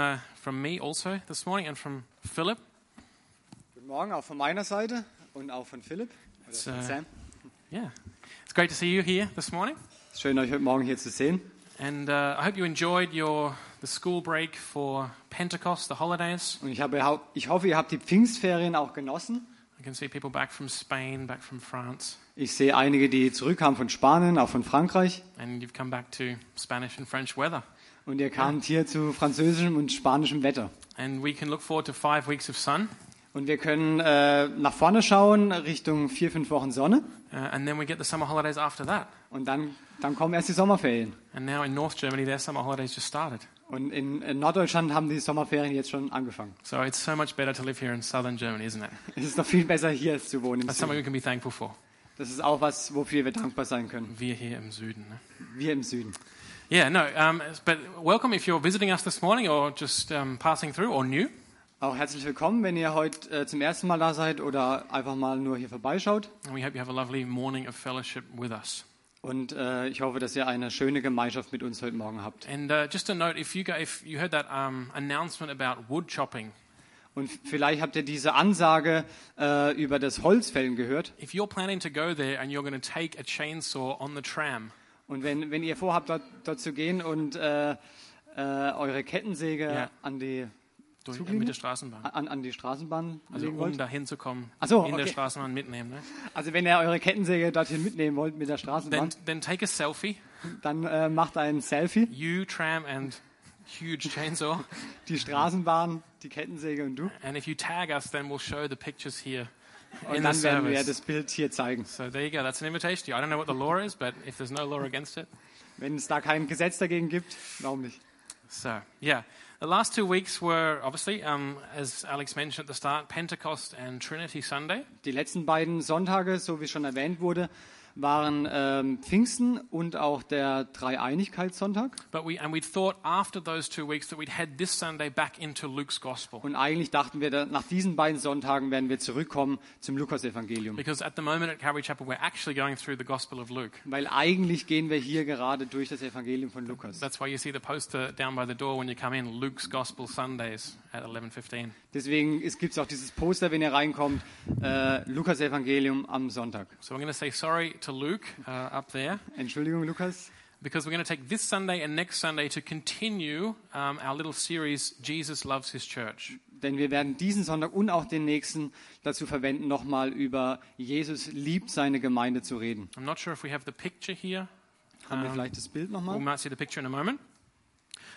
Uh, from me also this morning and from Philip. Guten Morgen auch von meiner Seite und auch von Philipp oder It's, von äh, Sam. Yeah, it's great to see you here this morning, Es ist schön, euch heute Morgen hier zu sehen. and uh, I hope you enjoyed your the school break for Pentecost, the holidays. Und ich, habe, hau- ich hoffe, ihr habt die Pfingstferien auch genossen. I can see people back from Spain, back from France, Ich sehe einige, die zurückkamen von Spanien, auch von Frankreich. and you've come back to Spanish and French weather. Und ihr kamt hier zu französischem und spanischem Wetter. And we can look forward to five weeks of sun, Und wir können äh, nach vorne schauen, Richtung vier, fünf Wochen Sonne. uh, and then we get the summer holidays after that. Und dann, dann kommen erst die Sommerferien. And now in North Germany, their summer holidays just started. Und in, in Norddeutschland haben die Sommerferien jetzt schon angefangen. So it's so much better to live here in southern Germany, isn't it? Es ist doch viel besser, hier zu wohnen. Im That's something Süden. we can be thankful for. Das ist auch was, wofür wir dankbar sein können. Wir hier im Süden. Ne? Wir im Süden. Yeah, no, um, but welcome if you're visiting us this morning or just um, passing through or new. Auch herzlich willkommen, wenn ihr heute äh, zum ersten Mal da seid oder einfach mal nur hier vorbeischaut. And we hope you have a lovely morning of fellowship with us. Und äh, ich hoffe, dass ihr eine schöne Gemeinschaft mit uns heute Morgen habt. And uh, just a note if you, go, if you heard that um, announcement about wood chopping, Und f- vielleicht habt ihr diese Ansage äh, über das Holzfällen gehört. if you're planning to go there and you're going to take a chainsaw on the tram, Und wenn, wenn ihr vorhabt, dort, dort zu gehen und äh, äh, eure Kettensäge Ja. an, die, durch, Zuglinie? mit der Straßenbahn. an, an die Straßenbahn Also legen um wollt. dahin zu kommen, Ach so, in der okay. Straßenbahn mitnehmen. Ne? Also wenn ihr eure Kettensäge dorthin mitnehmen wollt mit der Then, Straßenbahn, then take a selfie, dann äh, macht ein Selfie. you, tram, and huge chainsaw. Die Straßenbahn, die Kettensäge und du. And if you tag us, then we'll show the pictures here in Und the dann werden wir service. das Bild hier zeigen. So there you go. That's an invitation to you. I don't know what the law is, but if there's no law against it. Wenn es da kein Gesetz dagegen gibt, warum nicht? So, yeah. The last two weeks were obviously, um, as Alex mentioned at the start, Pentecost and Trinity Sunday. Die letzten beiden Sonntage, so wie schon erwähnt wurde, waren ähm, Pfingsten und auch der Dreieinigkeitssonntag. But we, and we thought after those two weeks that we'd head this Sunday back into Luke's Gospel. Und eigentlich dachten wir, da- nach diesen beiden Sonntagen werden wir zurückkommen zum Lukas-Evangelium. Because at the moment at Calvary Chapel, we're actually going through the Gospel of Luke. Weil eigentlich gehen wir hier gerade durch das Evangelium von Lukas. That's why you see the poster down by the door when you come in, Luke's Gospel Sundays at 11.15. Deswegen gibt es auch dieses Poster, wenn ihr reinkommt, äh, Lukas-Evangelium am Sonntag. So I'm going to say sorry to Luke uh, up there. Entschuldigung, Lukas. because we're going to take this Sunday and next Sunday to continue um, our little series, Jesus Loves His Church. Denn wir werden diesen Sonntag und auch den nächsten dazu verwenden, nochmal über Jesus liebt seine Gemeinde zu reden. I'm not sure if we have the picture here. Haben wir Ähm, vielleicht das Bild We nochmal? might see the picture in a moment.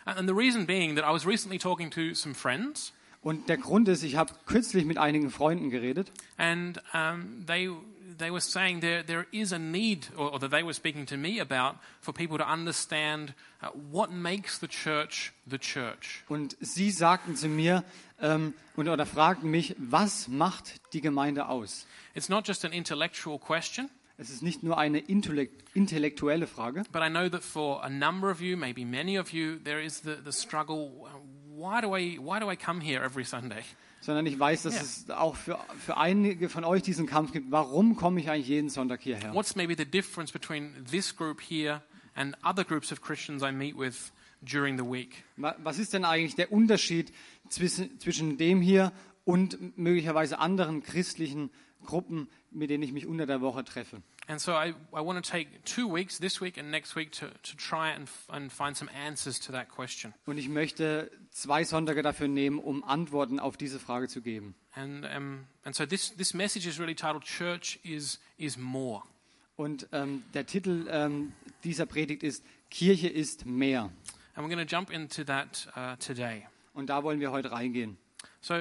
Uh, And and the reason being that I was recently talking to some friends, Und der Grund ist, ich habe kürzlich mit einigen Freunden geredet and um, they, they were saying there, there is a need, or, or that they were speaking to me about, for people to understand uh, what makes the church the church. und sie sagten zu mir ähm, und, oder fragten mich, was macht die Gemeinde aus? It's not just an intellectual question. Es ist nicht nur eine intellekt intellektuelle Frage, But I know that for a number of you, maybe many of you, there is the, the struggle why do, I, why do I come here every Sunday? sondern ich weiß, dass Ja. es auch für, für einige von euch diesen Kampf gibt. Warum komme ich eigentlich jeden Sonntag hierher? What's maybe the difference between this group here and other groups of Christians I meet with during the week? Wa- Was ist denn eigentlich der Unterschied zwischen, zwischen dem hier und möglicherweise anderen christlichen Gruppen, mit denen ich mich unter der Woche treffe? And so I, I want to take two weeks, this week and next week, to, to try and, f- and find some answers to that question. Und ich möchte zwei Sonntage dafür nehmen, um Antworten auf diese Frage zu geben. And, um, and so this, this message is really titled Church is, is More. Und ähm, der Titel ähm, dieser Predigt ist Kirche ist mehr. And we're going to jump into that uh, today. Und da wollen wir heute reingehen. So, uh,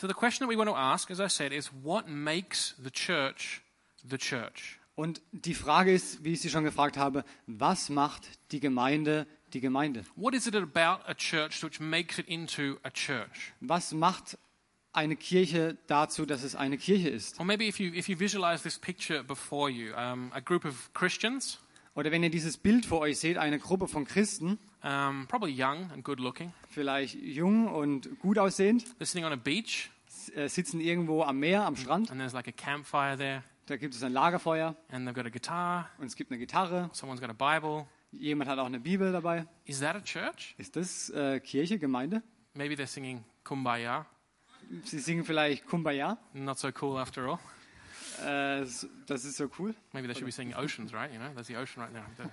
so the question that we want to ask, as I said, is what makes the church the church? Und die Frage ist, wie ich Sie schon gefragt habe, was macht die Gemeinde die Gemeinde? What is it about a church which makes it into a church? Was macht eine Kirche dazu, dass es eine Kirche ist? Or maybe if you if you visualize this picture before you, um, a group of Christians, Oder wenn ihr dieses Bild vor euch seht, eine Gruppe von Christen, um, probably young and good looking, vielleicht jung und gut aussehend, they're sitting on a beach, s- äh, sitzen irgendwo am Meer, am Strand. and there's like a campfire there, Da gibt es ein Lagerfeuer and they've got a guitar, und es gibt eine Gitarre someone's got a Bible, Jemand hat auch eine Bibel dabei. Is that a church? Ist das äh, Kirche, Gemeinde? Maybe they're singing Kumbaya. Sie singen vielleicht Kumbaya. Not so cool after all. Äh, s- das ist so cool. Maybe they should be singing Oceans, right? You know, there's the ocean right there.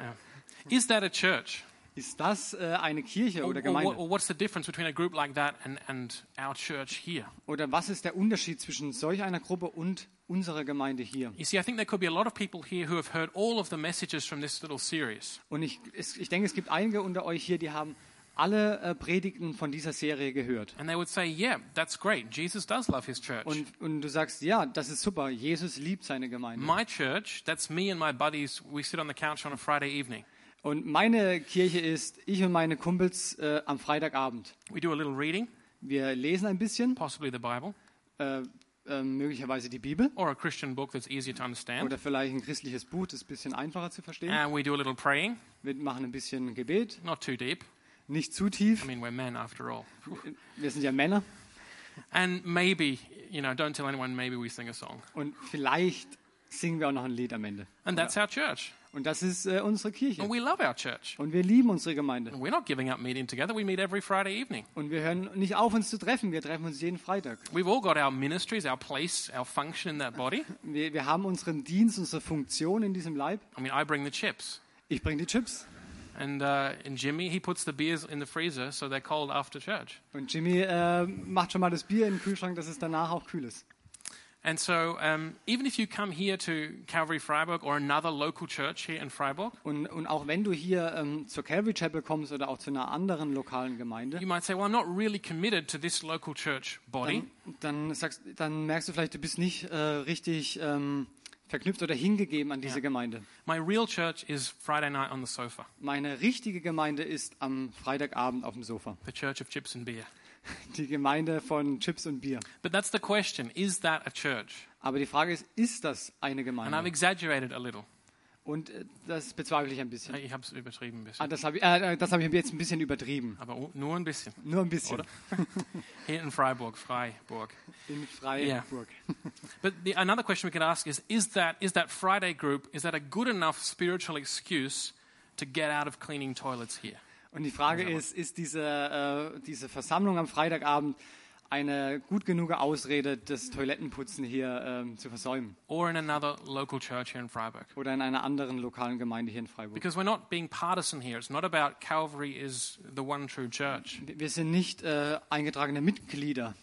Yeah. Is that a church? Ist das äh, eine Kirche Or, oder or what- Gemeinde? or what's the difference between a group like that and, and our church here? Oder was ist der Unterschied zwischen solch einer Gruppe und unserer Gemeinde hier? You see, I think there could be a lot of people here who have heard all of the messages from this little series. Und ich, es, ich denke, es gibt einige unter euch hier, die haben alle äh, Predigten von dieser Serie gehört. And they would say, yeah, that's great. Jesus does love his church. Und, und du sagst, ja, das ist super. Jesus liebt seine Gemeinde. my church, that's me and my buddies, we sit on the couch on a Friday evening. Und meine Kirche ist, ich und meine Kumpels äh, am Freitagabend. We do a little reading, Wir lesen ein bisschen, possibly the Bible, äh, äh, möglicherweise die Bibel or a Christian book that's easier to understand. oder vielleicht ein christliches Buch, das ist ein bisschen einfacher zu verstehen. And we do a little praying, Wir machen ein bisschen Gebet, not too deep. nicht zu I tief. mean, we're men after all. Wir sind ja Männer. And maybe, you know, don't tell anyone, maybe we sing a song. Und vielleicht singen wir auch noch ein Lied am Ende. And that's our church. Und das ist äh, unsere And Kirche. we love our church. Und wir lieben unsere Gemeinde. And we're not giving up meeting together. We meet every Friday evening. Und wir hören nicht auf, uns zu treffen. Wir treffen uns jeden Freitag. We've all got our ministries, our place, our function in that body. Wir, wir haben unseren Dienst, unsere Funktion in diesem Leib. I mean, I bring the chips. Ich bringe die Chips. And, uh, and Jimmy, he puts the beers in the freezer so they're cold after church. Und Jimmy äh, macht schon mal das Bier in den Kühlschrank, dass es danach auch kühl ist. And so, um, even if you come here to Calvary Freiburg or another local church here in Freiburg, Und, und auch wenn du hier ähm, zur Calvary Chapel kommst oder auch zu einer anderen lokalen Gemeinde, you might say, Well, I'm not really committed to this local church body. dann, dann, sagst, dann merkst du vielleicht, du bist nicht äh, richtig ähm, verknüpft oder hingegeben an diese Gemeinde. My real church is Friday night on the sofa, Meine richtige Gemeinde ist am Freitagabend auf dem Sofa. the church of chips and beer. Die Gemeinde von Chips und Bier. But that's the question is that a church? Aber die Frage ist, ist das eine And I've Gemeinde? exaggerated a little. Und äh, das bezweifle ich ein bisschen. Ich habe es übertrieben ein bisschen. Ah, das habe ich, äh, das hab ich jetzt ein bisschen übertrieben. Aber u- nur ein bisschen. Nur ein bisschen. Oder? Here in Freiburg, Freiburg. In Freiburg. But the, another question we could ask is is that, is that Friday group, is that a good enough spiritual excuse to get out of cleaning toilets here? Und die Frage ist, ist diese, äh, diese Versammlung am Freitagabend eine gut genug Ausrede, das Toilettenputzen hier ähm, zu versäumen? Or in another local church here in Freiburg? Oder in einer anderen lokalen Gemeinde hier in Freiburg? Because we're not being partisan here. It's not about Calvary is the one true church. Wir wir sind nicht äh, eingetragene Mitglieder.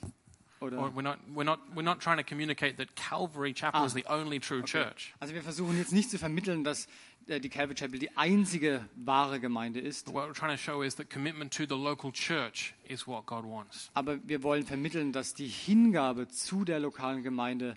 Or Oder, we're not, we're, not, we're not trying to communicate that Calvary Chapel Ah. is the only true church. also wir versuchen jetzt nicht zu vermitteln, dass äh, die Calvary Chapel die einzige wahre Gemeinde ist. What we're trying to show is that commitment to the local church is what God wants. Aber wir wollen vermitteln, dass die Hingabe zu der lokalen Gemeinde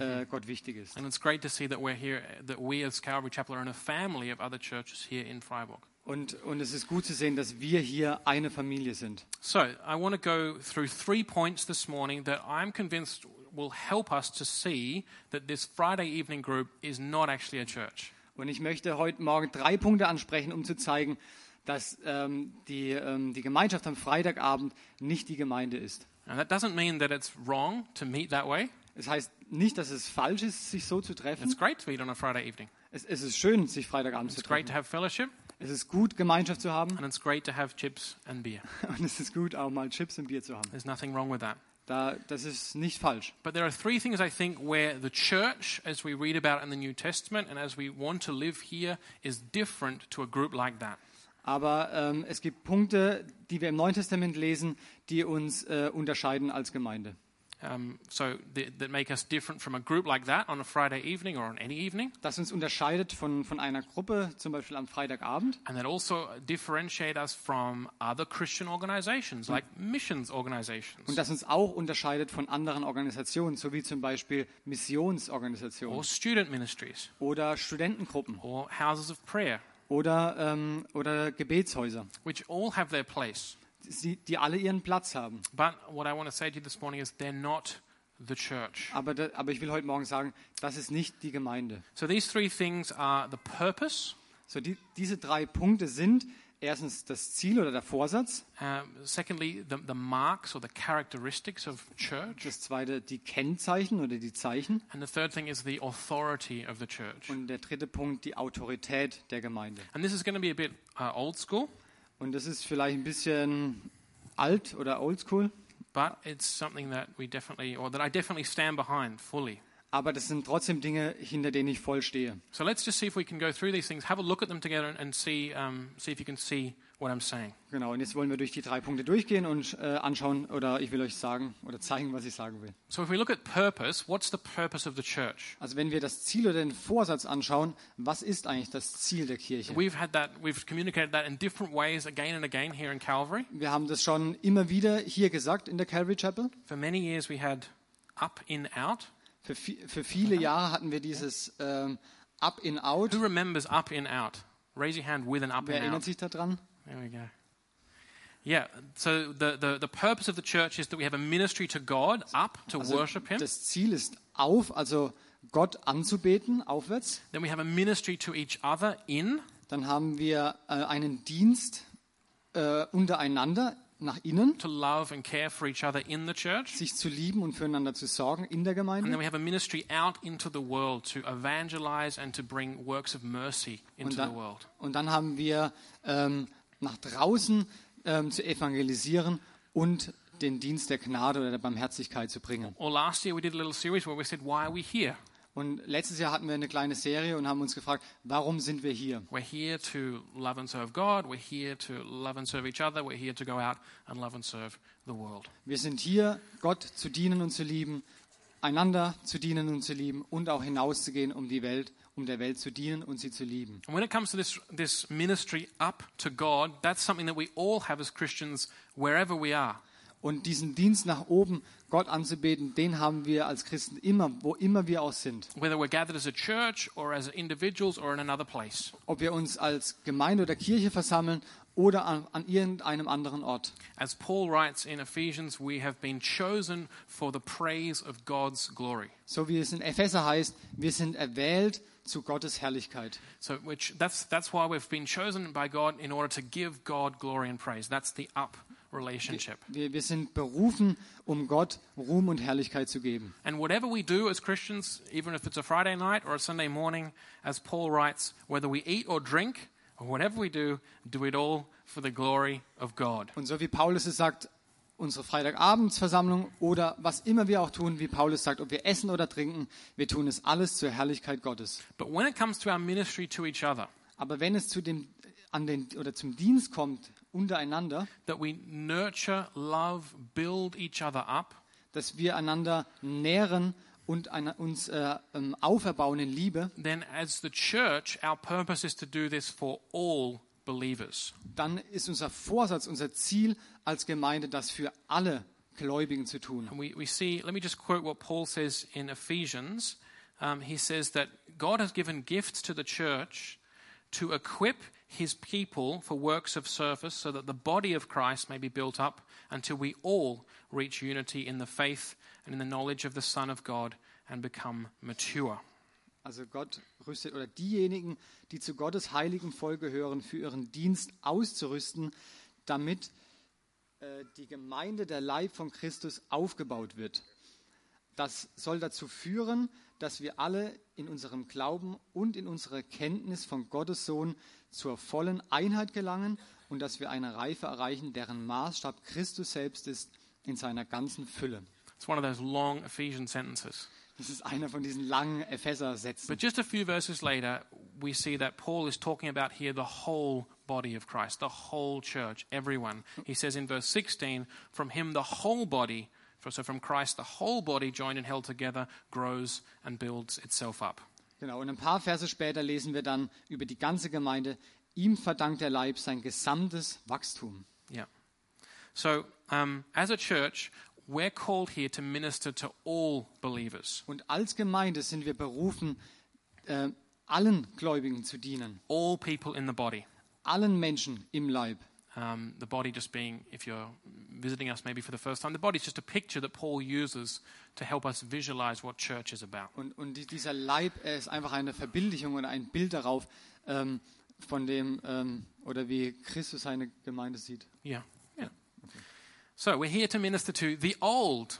äh, Gott wichtig ist. And it's great to see that we're here, that we as Calvary Chapel are in a family of other churches here in Freiburg. Und, und es ist gut zu sehen, dass wir hier eine Familie sind. So I want to go through three points this morning that I'm convinced will help us to see that this Friday evening group is not actually a church. Und ich möchte heute Morgen drei Punkte ansprechen, um zu zeigen, dass ähm, die, ähm, die Gemeinschaft am Freitagabend nicht die Gemeinde ist. And that doesn't mean that it's wrong to meet that way. Es heißt nicht, dass es falsch ist, sich so zu It's treffen. great to meet on a Friday evening. Es, es ist schön, sich Freitagabend zu It's great treffen. to have fellowship, Es ist gut, Gemeinschaft zu haben. and it's great to have chips and beer. Und es ist gut, auch mal Chips und Bier zu haben. There's nothing wrong with that. Da, das ist nicht falsch. But there are three things I think where the church, as we read about in the New Testament and as we want to live here, is different to a group like that. Aber ähm, es gibt Punkte, die wir im Neuen Testament lesen, die uns äh, unterscheiden als Gemeinde. Um, so th- that make us different from a group like that on a Friday evening or on any evening, Das uns unterscheidet von, von einer Gruppe, zum Beispiel am Freitagabend. and that also differentiate us from other Christian organizations like missions Und organizations das uns auch unterscheidet von anderen Organisationen, so wie zum Beispiel or Missionsorganisationen student ministries oder Studentengruppen or houses of prayer, oder, ähm, oder Gebetshäuser, which all have their place. die, die alle ihren Platz haben. But what I want to say to you this morning is they're not the church. Aber, da, aber ich will heute Morgen sagen, das ist nicht die Gemeinde. So these three things are the purpose, So die, diese drei Punkte sind erstens das Ziel oder der Vorsatz, Um, secondly, the, the marks or the characteristics of church. das zweite die Kennzeichen oder die Zeichen And the third thing is the authority of the church. und der dritte Punkt die Autorität der Gemeinde. And this is going to be a bit uh, old school, Und das ist vielleicht ein bisschen alt oder oldschool, but it's something that we definitely, or that I definitely stand behind fully. aber das sind trotzdem Dinge, hinter denen ich voll stehe. So let's just see if we can go through these things, have a look at them together, and, and see, um, see if you can see what I'm saying. Genau, und jetzt wollen wir durch die drei Punkte durchgehen und äh, anschauen oder ich will euch sagen oder zeigen, was ich sagen will. So if we look at purpose, what's the purpose of the church? Also wenn wir das Ziel oder den Vorsatz anschauen, was ist eigentlich das Ziel der Kirche? We've had that, we've communicated that in different ways again and again here in Calvary. Wir haben das schon immer wieder hier gesagt in der Calvary Chapel. For many years we had up, in, out. Für, vi- für viele Jahre hatten wir dieses ähm, Up in Out. Who remembers up, in, out? Raise your hand with an up, Wer in, erinnert out. sich daran? There we go. Yeah, so the, the, the purpose of the church is that we have a ministry to God, up, to worship Him. Also Das Ziel ist auf, also Gott anzubeten, aufwärts. Then we have a ministry to each other, in. Dann haben wir äh, einen Dienst äh, untereinander nach innen, to love and care for each other in the church. sich zu lieben und füreinander zu sorgen in der And Gemeinde. then we have a ministry out into the world to evangelize and to bring works of mercy into Und the dann, world. und dann haben wir ähm, nach draußen ähm, zu evangelisieren und den Dienst der Gnade oder der Barmherzigkeit zu bringen. Or last year we did a little series where we said, Why are we here? Und letztes Jahr hatten wir eine kleine Serie und haben uns gefragt, warum sind wir hier? We're here to love and serve God. We're here to love and serve each other. We're here to go out and love and serve the world. Wir sind hier, Gott zu dienen und zu lieben, einander zu dienen und zu lieben und auch hinauszugehen, um die Welt, um der Welt zu dienen und sie zu lieben. And when it comes to this, this ministry up to God, that's something that we all have as Christians wherever we are. Und diesen Dienst nach oben, Gott anzubeten, den haben wir als Christen immer, wo immer wir auch sind. Whether we're gathered as a church or as individuals or in another place. Ob wir uns als Gemeinde oder Kirche versammeln oder an, an irgendeinem anderen Ort. As Paul writes in Ephesians, we have been chosen for the praise of God's glory. So wie es in Epheser heißt, wir sind erwählt zu Gottes Herrlichkeit. So which that's that's why we've been chosen by God in order to give God glory and praise. That's the up relationship. Wir, wir sind berufen, um Gott Ruhm und Herrlichkeit zu geben. And whatever we do as Christians, even if it's a Friday night or a Sunday morning, as Paul writes, whether we eat or drink or whatever we do, do it all for the glory of God. Und so wie Paulus es sagt, unsere Freitagabendsversammlung oder was immer wir auch tun, wie Paulus sagt, ob wir essen oder trinken, wir tun es alles zur Herrlichkeit Gottes. But when it comes to our ministry to each other, Aber wenn es zu dem, an den, oder zum Dienst kommt untereinander, that we nurture, love, build each other up, dass wir einander nähren und ein, uns äh, ähm, auferbauen in Liebe, then as the church, our purpose is to do this for all believers. dann ist unser Vorsatz, unser Ziel als Gemeinde, das für alle Gläubigen zu tun. And we, we see, let me just quote what Paul says in Ephesians. Um, he says that God has given gifts to the church to equip his people for works of service so that the body of Christ may be built up until we all reach unity in the faith and in the knowledge of the Son of God and become mature. Also Gott rüstet oder diejenigen, die zu Gottes heiligem Volk gehören, für ihren Dienst auszurüsten, damit äh, die Gemeinde der Leib von Christus aufgebaut wird. Das soll dazu führen, dass wir alle in unserem Glauben und in unserer Kenntnis von Gottes Sohn zur vollen Einheit gelangen und dass wir eine Reife erreichen, deren Maßstab Christus selbst ist in seiner ganzen Fülle. It's one of those long Ephesian sentences. Das ist einer von diesen langen Epheser-Sätzen. But just a few verses later, we see that Paul is talking about here the whole body of Christ, the whole church, everyone. He says in verse 16, from him the whole body, so from Christ the whole body joined and held together grows and builds itself up. Genau, und ein paar Verse später lesen wir dann über die ganze Gemeinde. Ihm verdankt der Leib sein gesamtes Wachstum. Yeah. So, um, as a church, we're called here to minister to all believers, Und als Gemeinde sind wir berufen, äh, allen Gläubigen zu dienen, all people in the body. allen Menschen im Leib. Um, the body just being, if you're visiting us maybe for the first time, the body's just a picture that Paul uses to help us visualize what church is about. Und, und die, dieser Leib er ist einfach eine Verbildlichung oder ein Bild darauf ähm, von dem ähm, Oder wie Christus seine Gemeinde sieht. Yeah. Yeah. So we're here to minister to the old,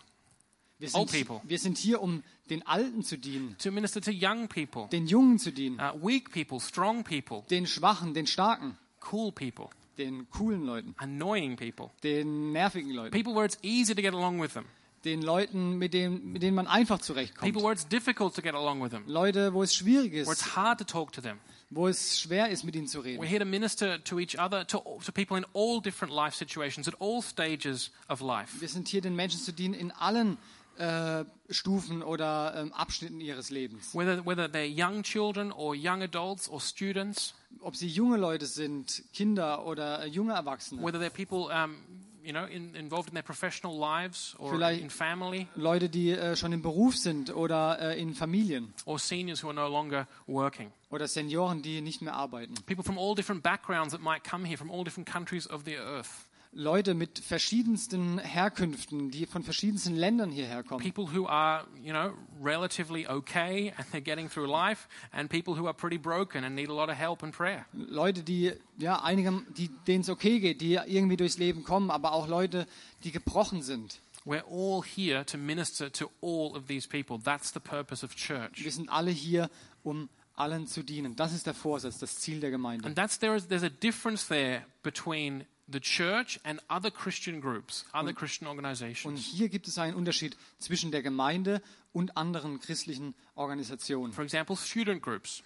Wir Old sind, people. wir sind hier, um den Alten zu dienen, to minister to young people, den Jungen zu dienen, uh, weak people, strong people, den Schwachen, den Starken, cool people, den coolen Leuten, annoying people, den nervigen Leuten, people where it's easy to get along with them, den Leuten, mit, dem, mit denen man einfach people zurechtkommt. where it's difficult to get along with them, Leute, wo es schwierig where it's ist, hard to talk to them. wo es schwer ist, mit ihnen zu We're reden. here to minister to each other, to, all- to people in all different life situations, at all stages of life. Wir sind hier, den Menschen zu dienen in allen äh, Stufen oder ähm, Abschnitten ihres Lebens. Whether, whether they're young children or young adults or students, Ob sie junge Leute sind, Kinder oder äh, junge Erwachsene. whether they're people um, you know in, involved in their professional lives or Vielleicht- in family Leute, die äh, schon im Beruf sind oder äh, in Familien or seniors who are no longer working oder Senioren, die nicht mehr arbeiten. people from all different backgrounds that might come here from all different countries of the earth Leute mit verschiedensten Herkünften, die von verschiedensten Ländern hierher kommen. people who are you know relatively okay and they're getting through life and people who are pretty broken and need a lot of help and prayer Leute, die ja einigem, die denen es okay geht, die irgendwie durchs Leben kommen, aber auch Leute, die gebrochen sind. we're all here to minister to all of these people that's the purpose of church Wir sind alle hier, um allen zu dienen. Das ist der Vorsatz, das Ziel der Gemeinde. and that's there is there's a difference there between the church and other christian groups other christian organizations Und hier gibt es einen Unterschied zwischen der Gemeinde und anderen christlichen Organisationen. For example, student groups.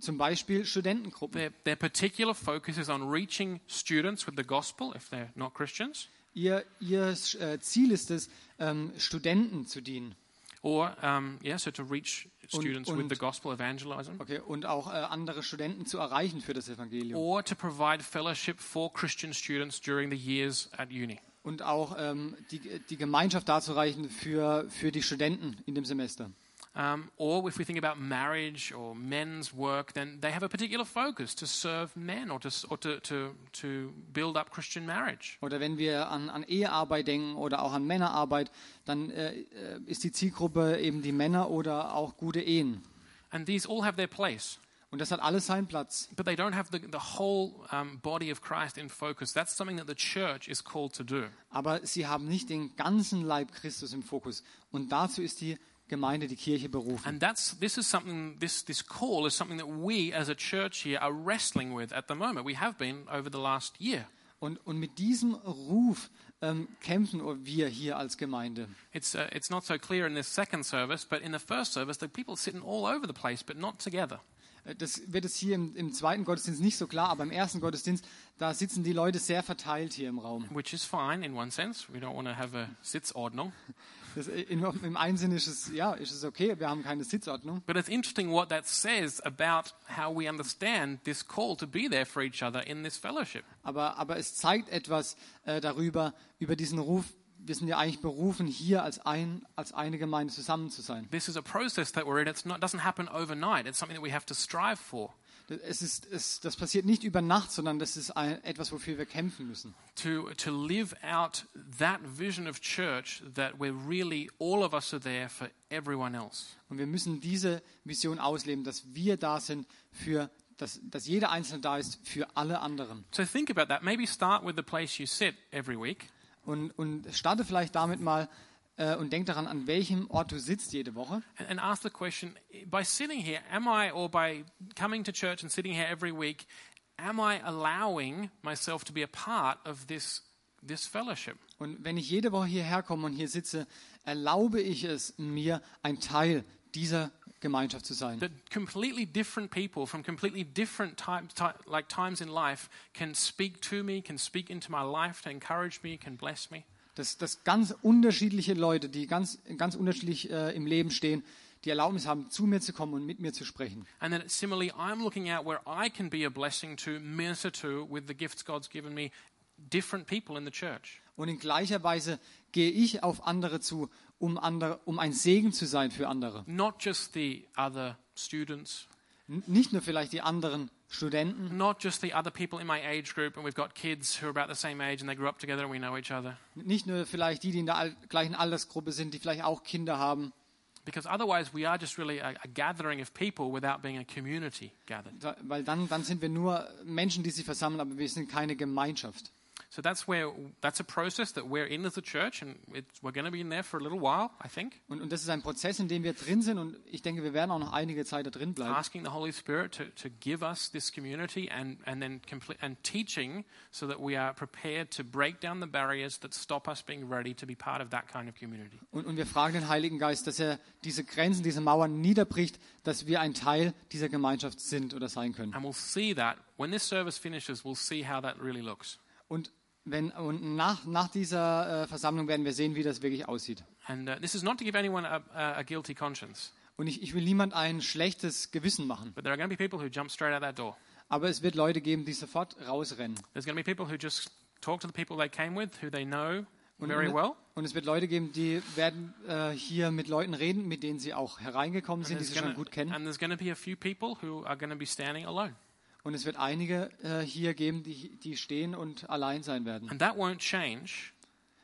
Zum Beispiel Studentengruppen. Their, their particular focus is on reaching students with the gospel if they're not Christians, Ihr, ihr äh, Ziel ist es, ähm, Studenten zu dienen or, um, yeah, so to reach students with und- the gospel, evangelism, okay, und auch äh, andere Studenten zu erreichen für das Evangelium. or to provide fellowship for Christian students during the years at uni. Und auch ähm, die, die Gemeinschaft darzureichen für, für die Studenten in dem Semester. Um, or if we think about marriage or men's work, then they have a particular focus to serve men or to, s- or to, to, to build up Christian marriage. Oder wenn wir an, an Ehearbeit denken oder auch an Männerarbeit, dann äh, äh, ist die Zielgruppe eben die Männer oder auch gute Ehen. And these all have their place. Und das hat alles seinen Platz. But they don't have the, the whole um, body of Christ in focus. That's something that the church is called to do. Aber sie haben nicht den ganzen Leib Christus im Fokus. Und dazu ist die Gemeinde, die Kirche berufen. And that's, this is something, this, this call is something that we as a church here are wrestling with at the moment. We have been over the last year. Und, und mit diesem Ruf ähm, kämpfen wir hier als Gemeinde. It's, uh, it's not so clear in this second service, but in the first service, the people sitting all over the place, but not together. Äh, Das wird es hier im, im zweiten Gottesdienst nicht so klar, aber im ersten Gottesdienst, da sitzen die Leute sehr verteilt hier im Raum. Which is fine in one sense. We don't want to have a Sitzordnung. Das, äh, in, Im einen Sinne ist es, ja, ist es okay, wir haben keine Sitzordnung. But it's interesting what that says about how we understand this call to be there for each other in this fellowship. Aber, aber es zeigt etwas äh, darüber, über diesen Ruf. Wir sind ja eigentlich berufen, hier als, ein, als eine Gemeinde zusammen zu sein. This is a process that we're in. It's not, doesn't happen overnight. It's something that we have to strive for. Das- Es ist, es, das passiert nicht über Nacht, sondern das ist ein, etwas, wofür wir kämpfen müssen. to to live out that vision of church that we're really all of us are there for everyone else. Und wir müssen diese Vision ausleben, dass wir da sind für, dass, dass jeder Einzelne da ist für alle anderen. So think about that. Maybe start with the place you sit every week Und, und starte vielleicht damit mal äh, und denk daran, an welchem Ort du sitzt jede Woche. and, and ask the question by sitting here, am I or by coming to church and sitting here every week, am I allowing myself to be a part of this this fellowship? Und wenn ich jede Woche hierher komme und hier sitze, erlaube ich es mir, ein Teil dieser Gemeinschaft zu sein. That completely different people from completely different times, ti- like times in life, can speak to me, can speak into my life, to encourage me, can bless me. Dass, dass ganz unterschiedliche Leute, die ganz, ganz unterschiedlich äh, im Leben stehen, die Erlaubnis haben, zu mir zu kommen und mit mir zu sprechen. And then similarly, I'm looking out where I can be a blessing to minister to with the gifts God's given me, different people in the church. Und in gleicher Weise gehe ich auf andere zu, um, andere, um ein Segen zu sein für andere. Not just the other students, N nicht nur vielleicht die anderen Studenten, not just the other people in my age group, and we've got kids who are about the same age and they grew up together and we know each other, nicht nur vielleicht die, die in der al gleichen Altersgruppe sind, die vielleicht auch Kinder haben, Because otherwise, we are just really a, a gathering of people without being a community gathered. Da, weil dann, dann sind wir nur Menschen, die sich versammeln, aber wir sind keine Gemeinschaft. So that's where that's a process that we're in as a church, and it's, we're going to be in there for a little while, I think. Und, und das ist ein Prozess, in dem wir drin sind und ich denke, wir werden auch noch einige Zeit da drin bleiben. Asking the Holy Spirit to, to give us this community and, and then complete, and teaching so that we are prepared to break down the barriers that stop us being ready to be part of that kind of community. Und, und wir fragen den Heiligen Geist, dass er diese Grenzen, diese Mauern niederbricht, dass wir ein Teil dieser Gemeinschaft sind oder sein können. And we'll see that when this service finishes, we'll see how that really looks. Und, wenn, und nach, nach dieser äh, Versammlung werden wir sehen, wie das wirklich aussieht. And uh, this is not to give anyone a, a, a guilty conscience, Und ich, ich will niemand ein schlechtes Gewissen machen, but there are going to be people who jump straight out that door. aber es wird Leute geben, die sofort rausrennen. There's going to be people who just talk to the people they came with, who they know Und, very well. und es wird Leute geben, die werden äh, hier mit Leuten reden, mit denen sie auch hereingekommen sind, die There's sie schon gonna- gut kennen. And there's going to be a few people who are going to be standing alone. Und es wird einige äh, hier geben, die, die stehen und allein sein werden. And that won't change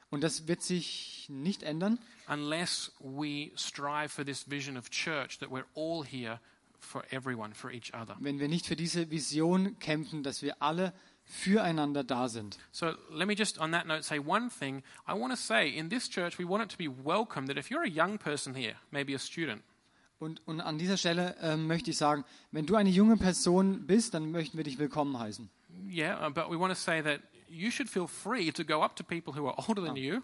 Und das wird sich nicht ändern, unless we strive for this vision of church that we're all here for everyone, for each other. wenn wir nicht für diese Vision kämpfen, dass wir alle füreinander da sind. So let me just on that note say one thing. I want to say in this church, we want it to be welcome that if you're a young person here, maybe a student, Und, und an dieser Stelle ähm, möchte ich sagen, wenn du eine junge Person bist, dann möchten wir dich willkommen heißen. yeah, uh, but we want to say that you should feel free to go up to people who are older than you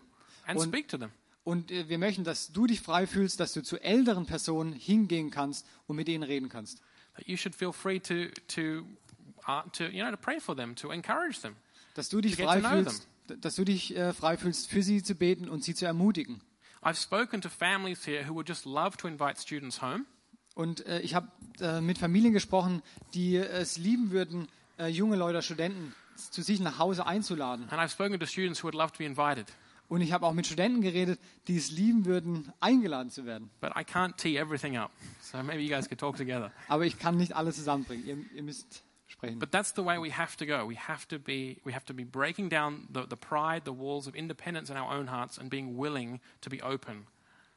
and Und- speak to them. Und äh, wir möchten, dass du dich frei fühlst, dass du zu älteren Personen hingehen kannst und mit ihnen reden kannst. That you should feel free to, to, uh, to, you know, to pray for them, to encourage them. Dass du dich To get to frei know fühlst, d- dass du dich äh, frei fühlst, für sie zu beten und sie zu ermutigen. I've spoken to families here who would just love to invite students home. Und äh, ich habe äh, mit Familien gesprochen, die es lieben würden, äh, junge Leute, Studenten zu sich nach Hause einzuladen. And I've spoken to students who would love to be invited, Und ich habe auch mit Studenten geredet, die es lieben würden, eingeladen zu werden. but I can't tee everything up. So maybe you guys could talk together. Aber ich kann nicht alle zusammenbringen. Ihr, ihr müsst sprechen. But that's the way we have to go. We have to be, we have to be breaking down the, the pride, the walls of independence in our own hearts, and being willing to be open.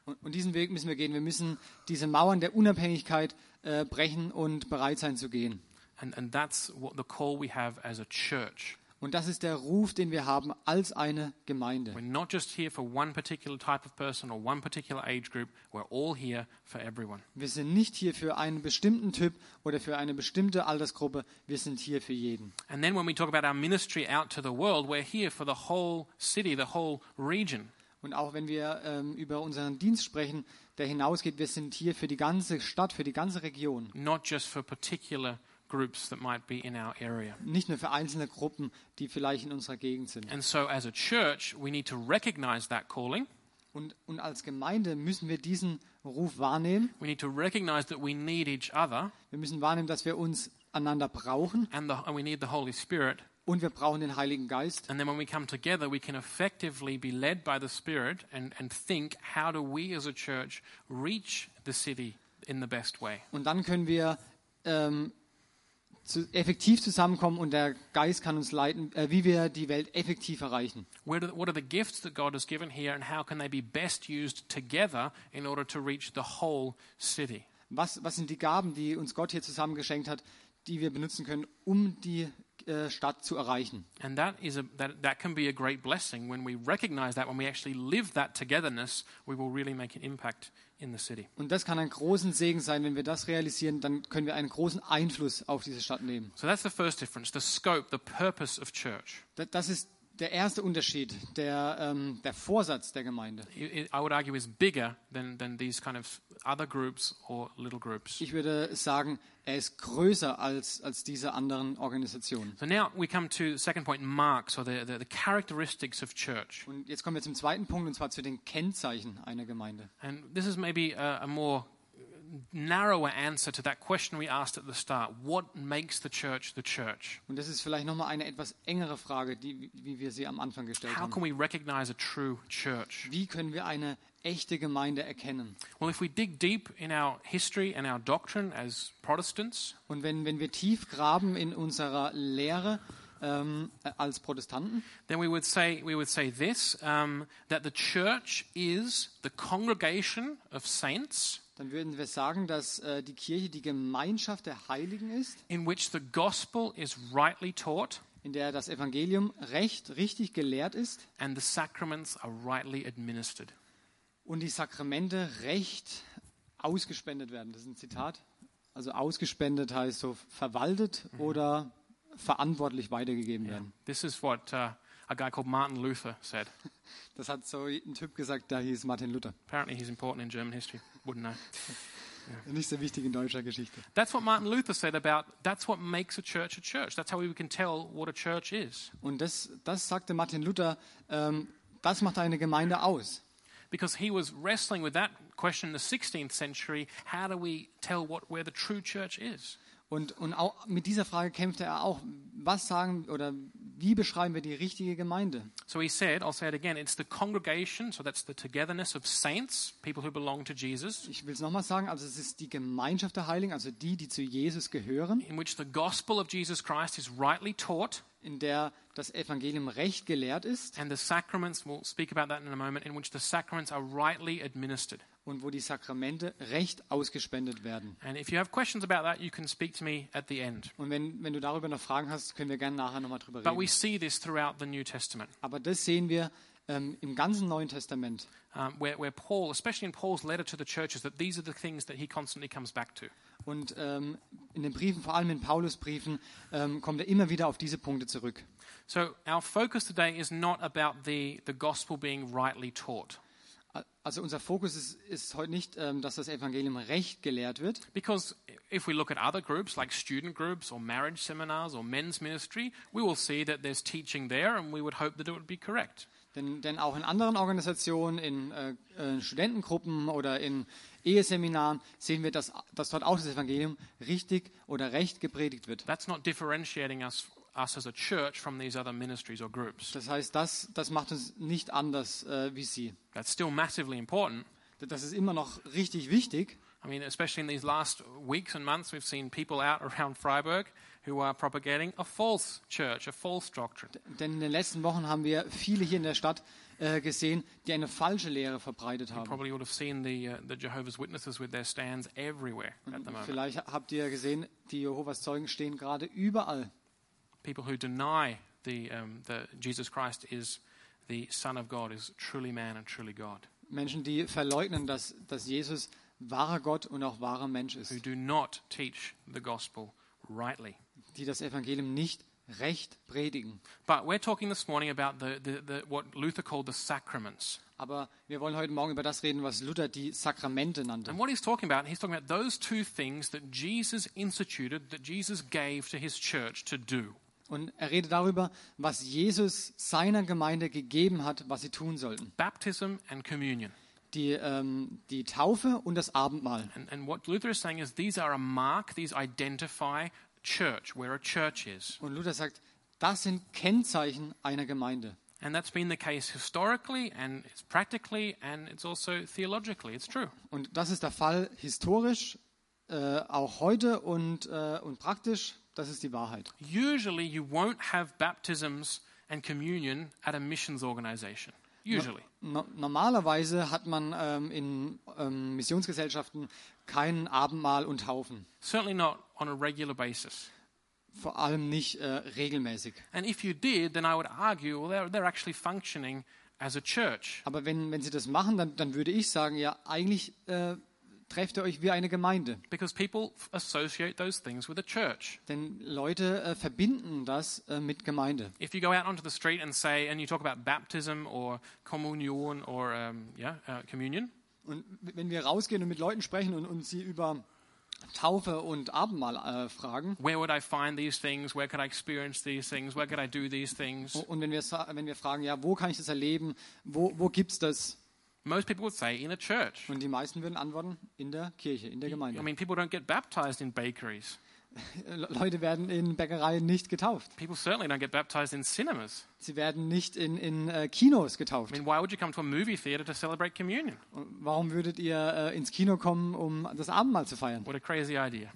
Und, und diesen Weg müssen wir gehen. Wir müssen diese Mauern der Unabhängigkeit äh, brechen und bereit sein zu gehen. And, and that's what the call we have as a church. Und das ist der Ruf, den wir haben als eine Gemeinde. We're not just here for one particular type of person or one particular age group. We're all here for everyone. Wir sind nicht hier für einen bestimmten Typ oder für eine bestimmte Altersgruppe. Wir sind hier für jeden. And then when we talk about our ministry out to the world, we're here for the whole city, the whole region. Und auch wenn wir ähm, über unseren Dienst sprechen, der hinausgeht, wir sind hier für die ganze Stadt, für die ganze Region. not just for particular groups that might be in our area. Nicht nur für einzelne Gruppen, die vielleicht in unserer Gegend sind. And so, as a church, we need to recognize that calling. Und, und als Gemeinde müssen wir diesen Ruf wahrnehmen. We need to recognize that we need each other Wir müssen wahrnehmen, dass wir uns einander brauchen. and, the, and we need the Holy Spirit. Und wir brauchen den Heiligen Geist. And then, when we come together, we can effectively be led by the Spirit and, and think how do we as a church reach the city in the best way? Und dann können wir ähm, zu, effektiv zusammenkommen und der Geist kann uns leiten, äh, wie wir die Welt effektiv erreichen. Where do, what are the gifts that God has given here and how can they be best used together in order to reach the whole city? Was, was sind die Gaben, die uns Gott hier zusammengeschenkt hat, die wir benutzen können, um die äh, Stadt zu erreichen? And that is a that that can be a great blessing when we recognize that when we actually live that togetherness, we will really make an impact in the city. Und das kann ein großen Segen sein. Wenn wir das realisieren, dann können wir einen großen Einfluss auf diese Stadt nehmen. So that's the first difference, the scope, the purpose of church. Da- Das ist der erste Unterschied, der, ähm, der Vorsatz der Gemeinde. It- it- I would argue is bigger than than these kind of other groups or little groups. Ich würde sagen, er ist größer als, als diese anderen Organisationen. So now we come to the second point, marks or the, the, the characteristics of church. Und jetzt kommen wir zum zweiten Punkt, und zwar zu den Kennzeichen einer Gemeinde. And this is maybe a, a more narrower answer to that question we asked at the start. What makes the church the church? Und das ist vielleicht nochmal eine etwas engere Frage, die, wie wir sie am Anfang gestellt How haben. can we recognize a true church? Wie können wir eine echte Gemeinde erkennen? Well, if we dig deep in our history and our doctrine as Protestants, Und wenn, wenn wir tief graben in unserer Lehre ähm, äh, als Protestanten. then we would say, we would say this um, that the church is the congregation of saints Dann würden wir sagen, dass äh, die Kirche die Gemeinschaft der Heiligen ist, in which the gospel is rightly taught in der das Evangelium recht richtig gelehrt ist and the sacraments are rightly administered. und die Sakramente recht ausgespendet werden. Das ist ein Zitat. Also ausgespendet heißt so verwaltet oder verantwortlich weitergegeben werden. This is what uh, a guy called Martin Luther said. Das hat so ein Typ gesagt, der hieß Martin Luther. Apparently, he's important in German history. Wouldn't know. Nicht so wichtig in deutscher Geschichte. That's what Martin Luther said about that's what makes a church a church. That's how we can tell what a church is. Und das, das sagte Martin Luther, ähm, das macht eine Gemeinde aus. Because he was wrestling with that question in the 16th century how do we tell what, where the true church is? Und, und auch mit dieser Frage kämpfte er auch. Was sagen oder wie beschreiben wir die richtige Gemeinde? So he said, I'll say it again, it's the congregation, so that's the togetherness of saints, people who belong to Jesus, Ich will es nochmal sagen, also es ist die Gemeinschaft der Heiligen, also die, die zu Jesus gehören, in which the gospel of Jesus Christ is rightly taught, in der das Evangelium recht gelehrt ist and the sacraments, we'll speak about that in a moment, in which the sacraments are rightly administered. und wo die Sakramente recht ausgespendet werden. And if you have questions about that, you can speak to me at the end. Und wenn, wenn du darüber noch Fragen hast, können wir gerne nachher nochmal drüber But we reden. see this throughout the New Testament, Aber das sehen wir ähm, im ganzen Neuen Testament. um, where, where Paul, especially in Paul's letter to the churches, that these are the things that he constantly comes back to. Und ähm, in den Briefen, vor allem in Paulusbriefen, ähm, kommt er immer wieder auf diese Punkte zurück. So our focus today is not about the, the gospel being rightly taught, A- Also unser Fokus ist, ist heute nicht, ähm, dass das Evangelium recht gelehrt wird, because if we look at other groups like student groups or marriage seminars or men's ministry, we will see that there's teaching there, and we would hope that it would be correct. denn, denn auch in anderen Organisationen, in äh, äh, Studentengruppen oder in Eheseminaren sehen wir, dass, dass dort auch das Evangelium richtig oder recht gepredigt wird. That's not differentiating us us as a church from these other ministries or groups. Das heißt, das, das macht uns nicht anders äh, wie sie. That's still massively important. D- Das ist immer noch richtig wichtig. I mean, especially in these last weeks and months, we've seen people out around Freiburg who are propagating a false church, a false doctrine. Denn in den letzten Wochen haben wir viele hier in der Stadt äh, gesehen, die eine falsche Lehre verbreitet haben. Probably would have seen the, uh, the Jehovah's Witnesses with their stands everywhere at the moment. Vielleicht habt ihr gesehen, die Jehovas Zeugen stehen gerade überall. People who deny the, um, the Jesus Christ is the Son of God, is truly man and truly God, Menschen, die verleugnen, dass, dass Jesus wahrer Gott und auch wahrer Mensch ist, who do not teach the gospel rightly. die das Evangelium nicht recht predigen. But we're talking this morning about the, the, the, what Luther called the sacraments. Aber wir wollen heute Morgen über das reden, was Luther die Sakramente nannte. And what he's talking about, he's talking about those two things that Jesus instituted, that Jesus gave to his church to do. Und er redet darüber, was Jesus seiner Gemeinde gegeben hat, was sie tun sollten. Baptism and communion. Die, ähm, die Taufe und das Abendmahl. And, and what Luther is saying is these are a mark, these identify church, where a church is. Und Luther sagt, das sind Kennzeichen einer Gemeinde. And that's been the case historically, and it's practically, and it's also theologically. It's true. Und das ist der Fall historisch, äh, auch heute und, äh, und praktisch. Das ist die Wahrheit. Usually, you won't have baptisms and communion at a missions organization. Usually. No normalerweise hat man ähm, in ähm, Missionsgesellschaften keinen Abendmahl und Taufen. Certainly not on a regular basis. Vor allem nicht äh, regelmäßig. And if you did, then I would argue, well, they're, they're actually functioning as a church. Aber wenn, wenn sie das machen, dann, dann würde ich sagen, ja, eigentlich äh, trefft ihr euch wie eine Gemeinde. Because people f- associate those things with a church. Denn Leute äh, verbinden das äh, mit Gemeinde. If you go out onto the street and say, and you talk about baptism or communion or um, yeah, uh, communion, Und wenn wir rausgehen und mit Leuten sprechen und, und sie über Taufe und Abendmahl äh, fragen, where would I find these things? Where could I experience these things? Where could I do these things? Und wenn wir, sa- wenn wir fragen, ja, wo kann ich das erleben, wo, wo gibt es das? Most people would say in a church. Und die meisten würden antworten, in der Kirche, in der I Gemeinde. Äh, mean, people don't get baptized in bakeries. Le- Leute werden in Bäckereien nicht getauft. People certainly don't get baptized in cinemas. Sie werden nicht in, in äh, Kinos I getauft. mean, why would you come to a movie theater to celebrate communion? Und Warum würdet ihr äh, ins Kino kommen, um das Abendmahl zu feiern? What a crazy idea.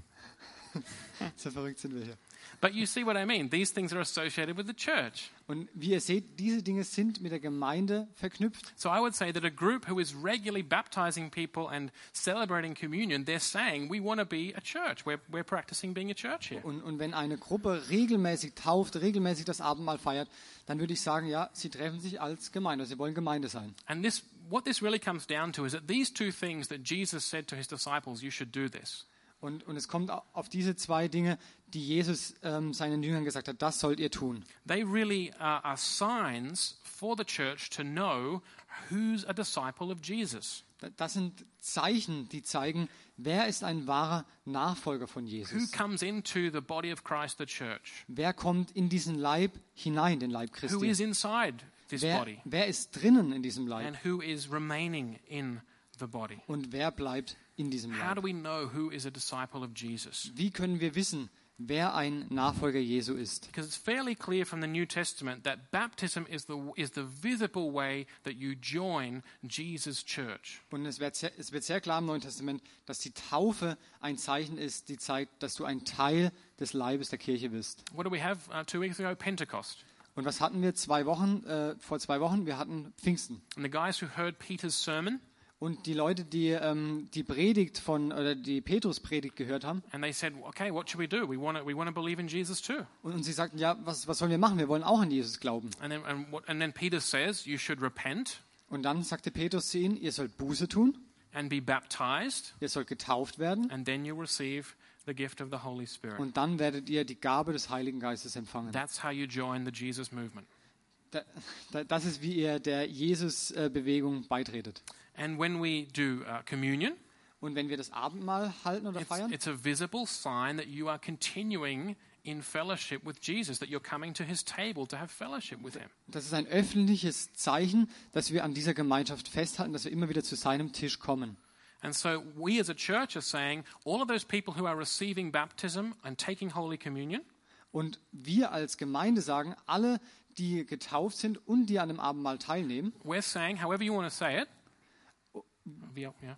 So verrückt sind wir hier. But you see what I mean. These things are associated with the church. Und wie ihr seht, diese Dinge sind mit der Gemeinde verknüpft. So I would say that a group who is regularly baptizing people and celebrating communion, they're saying, we want to be a church. We're, we're practicing being a church here. Und, und wenn eine Gruppe regelmäßig tauft, regelmäßig das Abendmahl feiert, dann würde ich sagen, ja, sie treffen sich als Gemeinde, sie wollen Gemeinde sein. And this, what this really comes down to is that these two things that Jesus said to his disciples, you should do this. Und, und es kommt au- auf diese zwei Dinge, die Jesus ähm, seinen Jüngern gesagt hat, das sollt ihr tun. They really are, are signs for the church to know who's a disciple of Jesus. Da- Das sind Zeichen, die zeigen, wer ist ein wahrer Nachfolger von Who Jesus. comes into the body of Christ, the church? Wer kommt in diesen Leib hinein, den Leib Who Christi? is inside this Wer, body? wer ist drinnen in diesem And Leib who is remaining in the body? und wer bleibt in diesem How do we Leib? know who is a disciple of Jesus? Wie können wir wissen, wer ein Nachfolger Jesu ist? Because it's fairly clear from the New Testament that baptism is the, is the visible way that you join Jesus' church. Und es wird, sehr, es wird sehr klar im Neuen Testament, dass die Taufe ein Zeichen ist, die zeigt, dass du ein Teil des Leibes der Kirche bist. What do we have uh, two weeks ago? Pentecost. Und was hatten wir zwei Wochen, äh, vor zwei Wochen? Wir hatten Pfingsten. And the guys who heard Peter's sermon, Und die Leute, die ähm, die Predigt von, oder die Petrus-Predigt gehört haben, and they said, okay, what should we do? We want to, we want to believe in Jesus too. und, und sie sagten, ja, was, was sollen wir machen? Wir wollen auch an Jesus glauben. And then, and, what, and then Peter says, you should repent Und dann sagte Petrus zu ihnen, ihr sollt Buße tun, and be baptized, ihr sollt getauft werden and then you'll receive the gift of the Holy Spirit. und dann werdet ihr die Gabe des Heiligen Geistes empfangen. That's how you join the Jesus movement. Da, da, das ist, wie ihr der Jesus-Bewegung beitretet. And when we do uh, communion, Und wenn wir das Abendmahl halten oder It's, feiern, it's a visible sign that you are continuing in fellowship with Jesus, that you're coming to his table to have fellowship with him. das ist ein öffentliches Zeichen, dass wir an dieser Gemeinschaft festhalten, dass wir immer wieder zu seinem Tisch kommen. And so we as a church are saying all of those people who are receiving baptism and taking Holy Communion, Und wir als Gemeinde sagen, alle, die getauft sind und die an dem Abendmahl teilnehmen, we're saying, however you want to say it, yeah, yeah,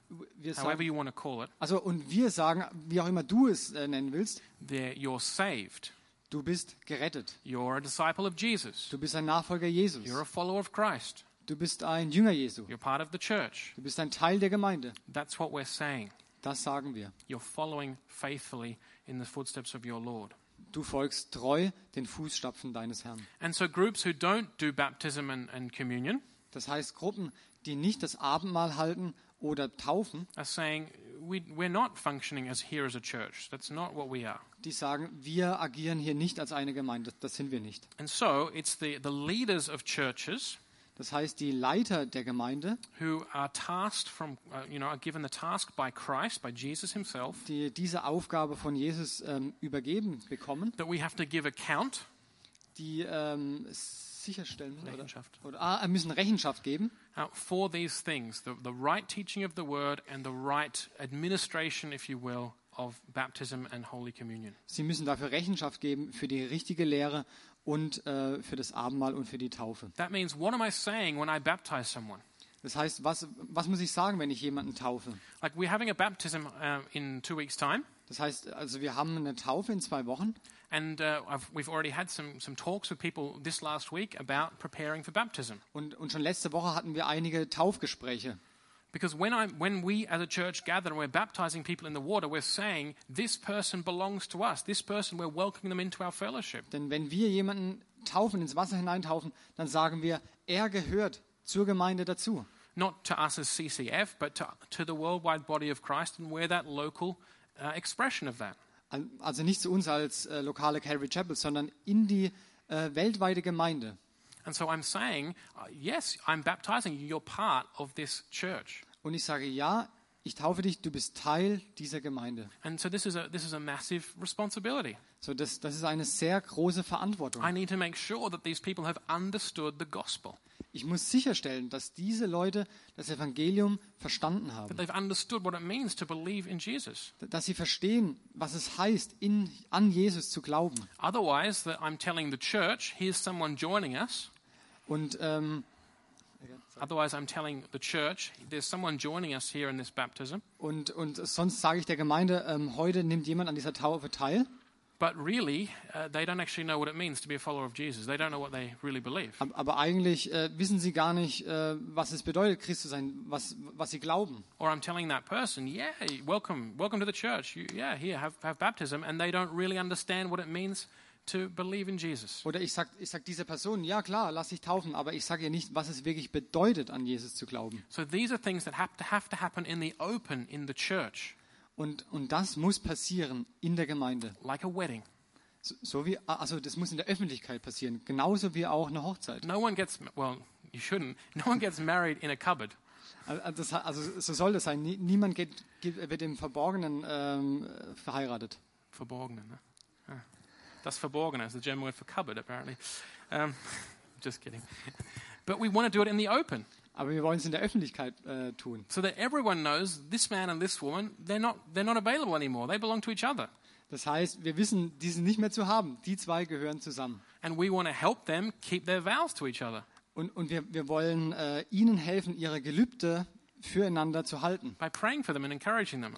however wir sagen, you want to call it, also und wir sagen, wie auch immer du es äh, nennen willst, there you're saved. du bist gerettet. You're a disciple of Jesus. Du bist ein Nachfolger Jesus. You're a follower of Christ. Du bist ein Jünger Jesu. You're part of the church. Du bist ein Teil der Gemeinde. That's what we're saying. Das sagen wir. You're following faithfully in the footsteps of your Lord. Du folgst treu den Fußstapfen deines Herrn. And so, groups who don't do baptism and, and communion Das heißt, Gruppen, die nicht das Abendmahl halten oder taufen, are saying, we, We're not functioning as here as a church. That's not what we are. die sagen, wir agieren hier nicht als eine Gemeinde. Das sind wir nicht. And so, it's the, the leaders of churches Das heißt, die Leiter der Gemeinde, who are tasked from, uh, you know, are given the task by Christ, by Jesus himself, die diese Aufgabe von Jesus ähm, übergeben bekommen, that we have to give account. die ähm, sicherstellen oder, Rechenschaft. oder ah, müssen Rechenschaft geben uh, for these things the, the right teaching of the word and the right administration, if you will, of baptism and Holy Communion. Sie müssen dafür Rechenschaft geben für die richtige Lehre und äh, für das Abendmahl und für die Taufe. That means, what am I saying when I baptize someone? Das heißt, was, was muss ich sagen, wenn ich jemanden taufe? Like, we're having a baptism uh, in two weeks' time. Das heißt, also wir haben eine Taufe in zwei Wochen And uh, I've, we've already had some, some talks with people this last week about preparing for baptism. und, und schon letzte Woche hatten wir einige Taufgespräche. Because when, I, when we as a church gather and we're baptizing people in the water, we're saying, this person belongs to us. This person, we're welcoming them into our fellowship. Denn wenn wir jemanden taufen, ins Wasser hineintaufen, dann sagen wir, er gehört zur Gemeinde dazu. Not to us as CCF, but to, to the worldwide body of Christ, and we're that local uh, expression of that. Al- Also nicht zu uns als äh, lokale Calvary Chapel, sondern in die äh, weltweite Gemeinde. And so I'm saying, uh, yes, I'm baptizing you. You're part of this church. Und ich sage, ja, ich taufe dich, du bist Teil dieser Gemeinde. And so this is a, this is a massive responsibility. So, das, das ist eine sehr große Verantwortung. I need to make sure that these people have understood the gospel. Ich muss sicherstellen, dass diese Leute das Evangelium verstanden that haben, they've understood what it means to believe in Jesus. dass sie verstehen, was es heißt, in, an Jesus zu glauben. Otherwise, that I'm telling the church, here's someone joining us. Und ähm, Otherwise, I'm telling the church, there's someone joining us here in this baptism. und und sonst sage ich der Gemeinde, ähm, heute nimmt jemand an dieser Taufe teil But really, uh, they don't actually know what it means to be a follower of Jesus. They don't know what they really believe. Ab- Aber eigentlich äh, wissen sie gar nicht, äh, was es bedeutet, Christ zu sein, was, was sie glauben. Or I'm telling that person, yeah, welcome, welcome to the church. You, yeah, here, have, have baptism. And they don't really understand what it means to believe in Jesus. Oder ich sag, ich sag dieser Person, ja klar, lass dich taufen, aber ich sage ihr nicht, was es wirklich bedeutet, an Jesus zu glauben. So these are things that have to, have to happen in the open, in the church, Und, und das muss passieren in der Gemeinde. like a wedding. So, so wie, also das muss in der Öffentlichkeit passieren, genauso wie auch eine Hochzeit. No one gets, well, you shouldn't, no one gets married in a cupboard. Also, das, also so soll das sein. Nie, niemand geht, geht, wird im Verborgenen ähm, verheiratet. Verborgene, ne? Ah. Das Verborgene is the German word for cupboard, apparently. Um, just kidding. But we want to do it in the open Aber wir wollen es in der Öffentlichkeit äh, tun, so that everyone knows this man and this woman, they're not, they're not available anymore. They belong to each other. Das heißt, wir wissen, die sind nicht mehr zu haben. Die zwei gehören zusammen. And we want to help them keep their vows to each other Und, und wir, wir wollen äh, ihnen helfen, ihre Gelübde füreinander zu halten, by praying for them and encouraging them.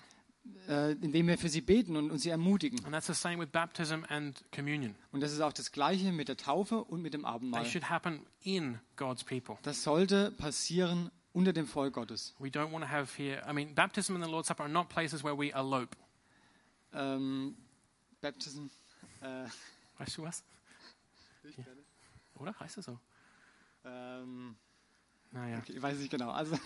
äh, indem wir für sie beten und, und sie ermutigen. And that's the same with baptism and communion. Und das ist auch das Gleiche mit der Taufe und mit dem They Abendmahl. should happen in God's people. Das sollte passieren unter dem Volk Gottes. We don't want to have here, I mean, baptism and the Lord's Supper are not places where we elope. Ähm, Baptism. Äh, Weißt du was? Oder? Heißt es so? ähm, Naja. okay, ich weiß nicht genau. Also,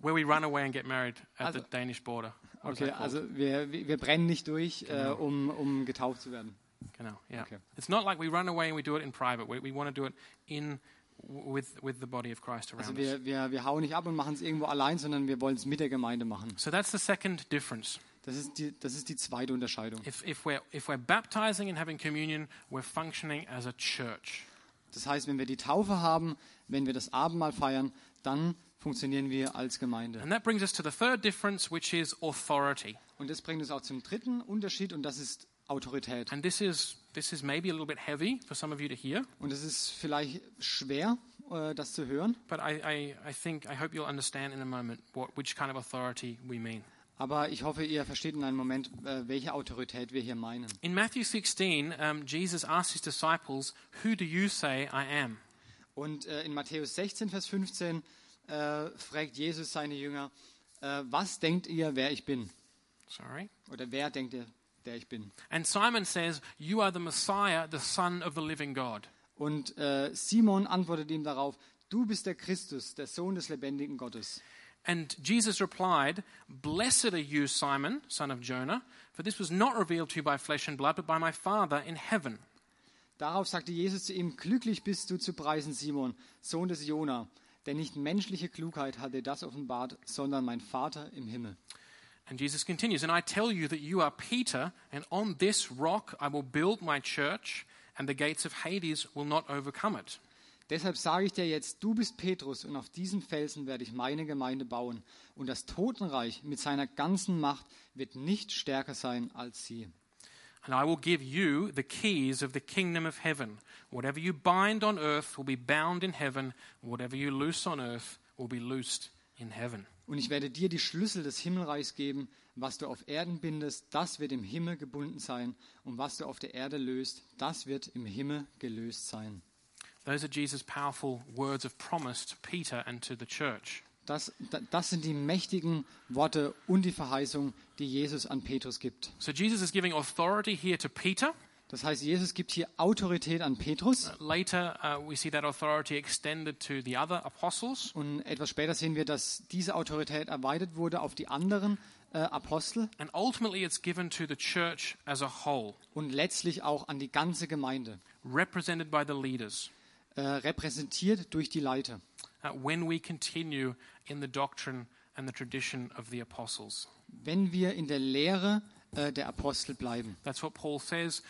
Where we run away and get married at Also- the Danish border. What is okay, that called? also wir, wir wir brennen nicht durch, äh, Genau. um, um getauft zu werden. Genau, yeah. Okay. It's not like we run away and we do it in private. We, we want to do it in w- with with the body of Christ Also around us. wir, wir, wir hauen nicht ab und machen es irgendwo allein, sondern wir wollen es mit der Gemeinde machen. So that's the second difference. Das ist die, das ist die zweite Unterscheidung. If if we're if we're baptizing and having communion, we're functioning as a church. Das heißt, wenn wir die Taufe haben, wenn wir das Abendmahl feiern, dann funktionieren wir als Gemeinde. And that brings us to the third difference, which is authority. Und das bringt uns auch zum dritten Unterschied und das ist Autorität. And this is this is maybe a little bit heavy for some of you to hear, Und es ist vielleicht schwer, äh, das zu hören, but I, I, I think I hope you'll understand in a moment what which kind of authority we mean. aber ich hoffe, ihr versteht in einem Moment, äh, welche Autorität wir hier meinen. In Matthew 16, um, Jesus asked his disciples, "Who do you say I am?" Und äh, in Matthäus 16, Vers 15 äh, fragt Jesus seine Jünger, äh, was denkt ihr, wer ich bin? Sorry. Oder wer denkt ihr, der ich bin? And Simon says, You are the Messiah, the Son of the living God. Und äh, Simon antwortet ihm darauf, du bist der Christus, der Sohn des lebendigen Gottes. And Jesus replied, Blessed are you, Simon, son of Jonah, for this was not revealed to you by flesh and blood, but by my Father in heaven. Darauf sagte Jesus zu ihm, glücklich bist du zu preisen, Simon, Sohn des Jona, denn nicht menschliche Klugheit hat dir das offenbart, sondern mein Vater im Himmel. And Jesus continues, And I tell you that you are Peter, and on this rock I will build my church, and the gates of Hades will not overcome it. Deshalb sage ich dir jetzt, du bist Petrus und auf diesem Felsen werde ich meine Gemeinde bauen und das Totenreich mit seiner ganzen Macht wird nicht stärker sein als sie. And I will give you the keys of the kingdom of heaven. Whatever you bind on earth will be bound in heaven, whatever you loose on earth will be loosed in heaven. Und ich werde dir die Schlüssel des Himmelreichs geben, was du auf Erden bindest, das wird im Himmel gebunden sein und was du auf der Erde löst, das wird im Himmel gelöst sein. Those are Jesus' powerful words of promise to Peter and to the church. Das, da- das sind die mächtigen Worte und die Verheißung, die Jesus an Petrus gibt. So Jesus is giving authority here to Peter. Das heißt, Jesus gibt hier Autorität an Petrus Later, uh, we see that authority extended to the other apostles. und etwas später sehen wir, dass diese Autorität erweitert wurde auf die anderen äh, Apostel And ultimately, it's given to the church as a whole, und letztlich auch an die ganze Gemeinde, represented by the leaders, äh, repräsentiert durch die Leiter, uh, when we continue in the doctrine and the tradition of the apostles. wenn wir in der Lehre äh, der Apostel bleiben. That's what Paul says.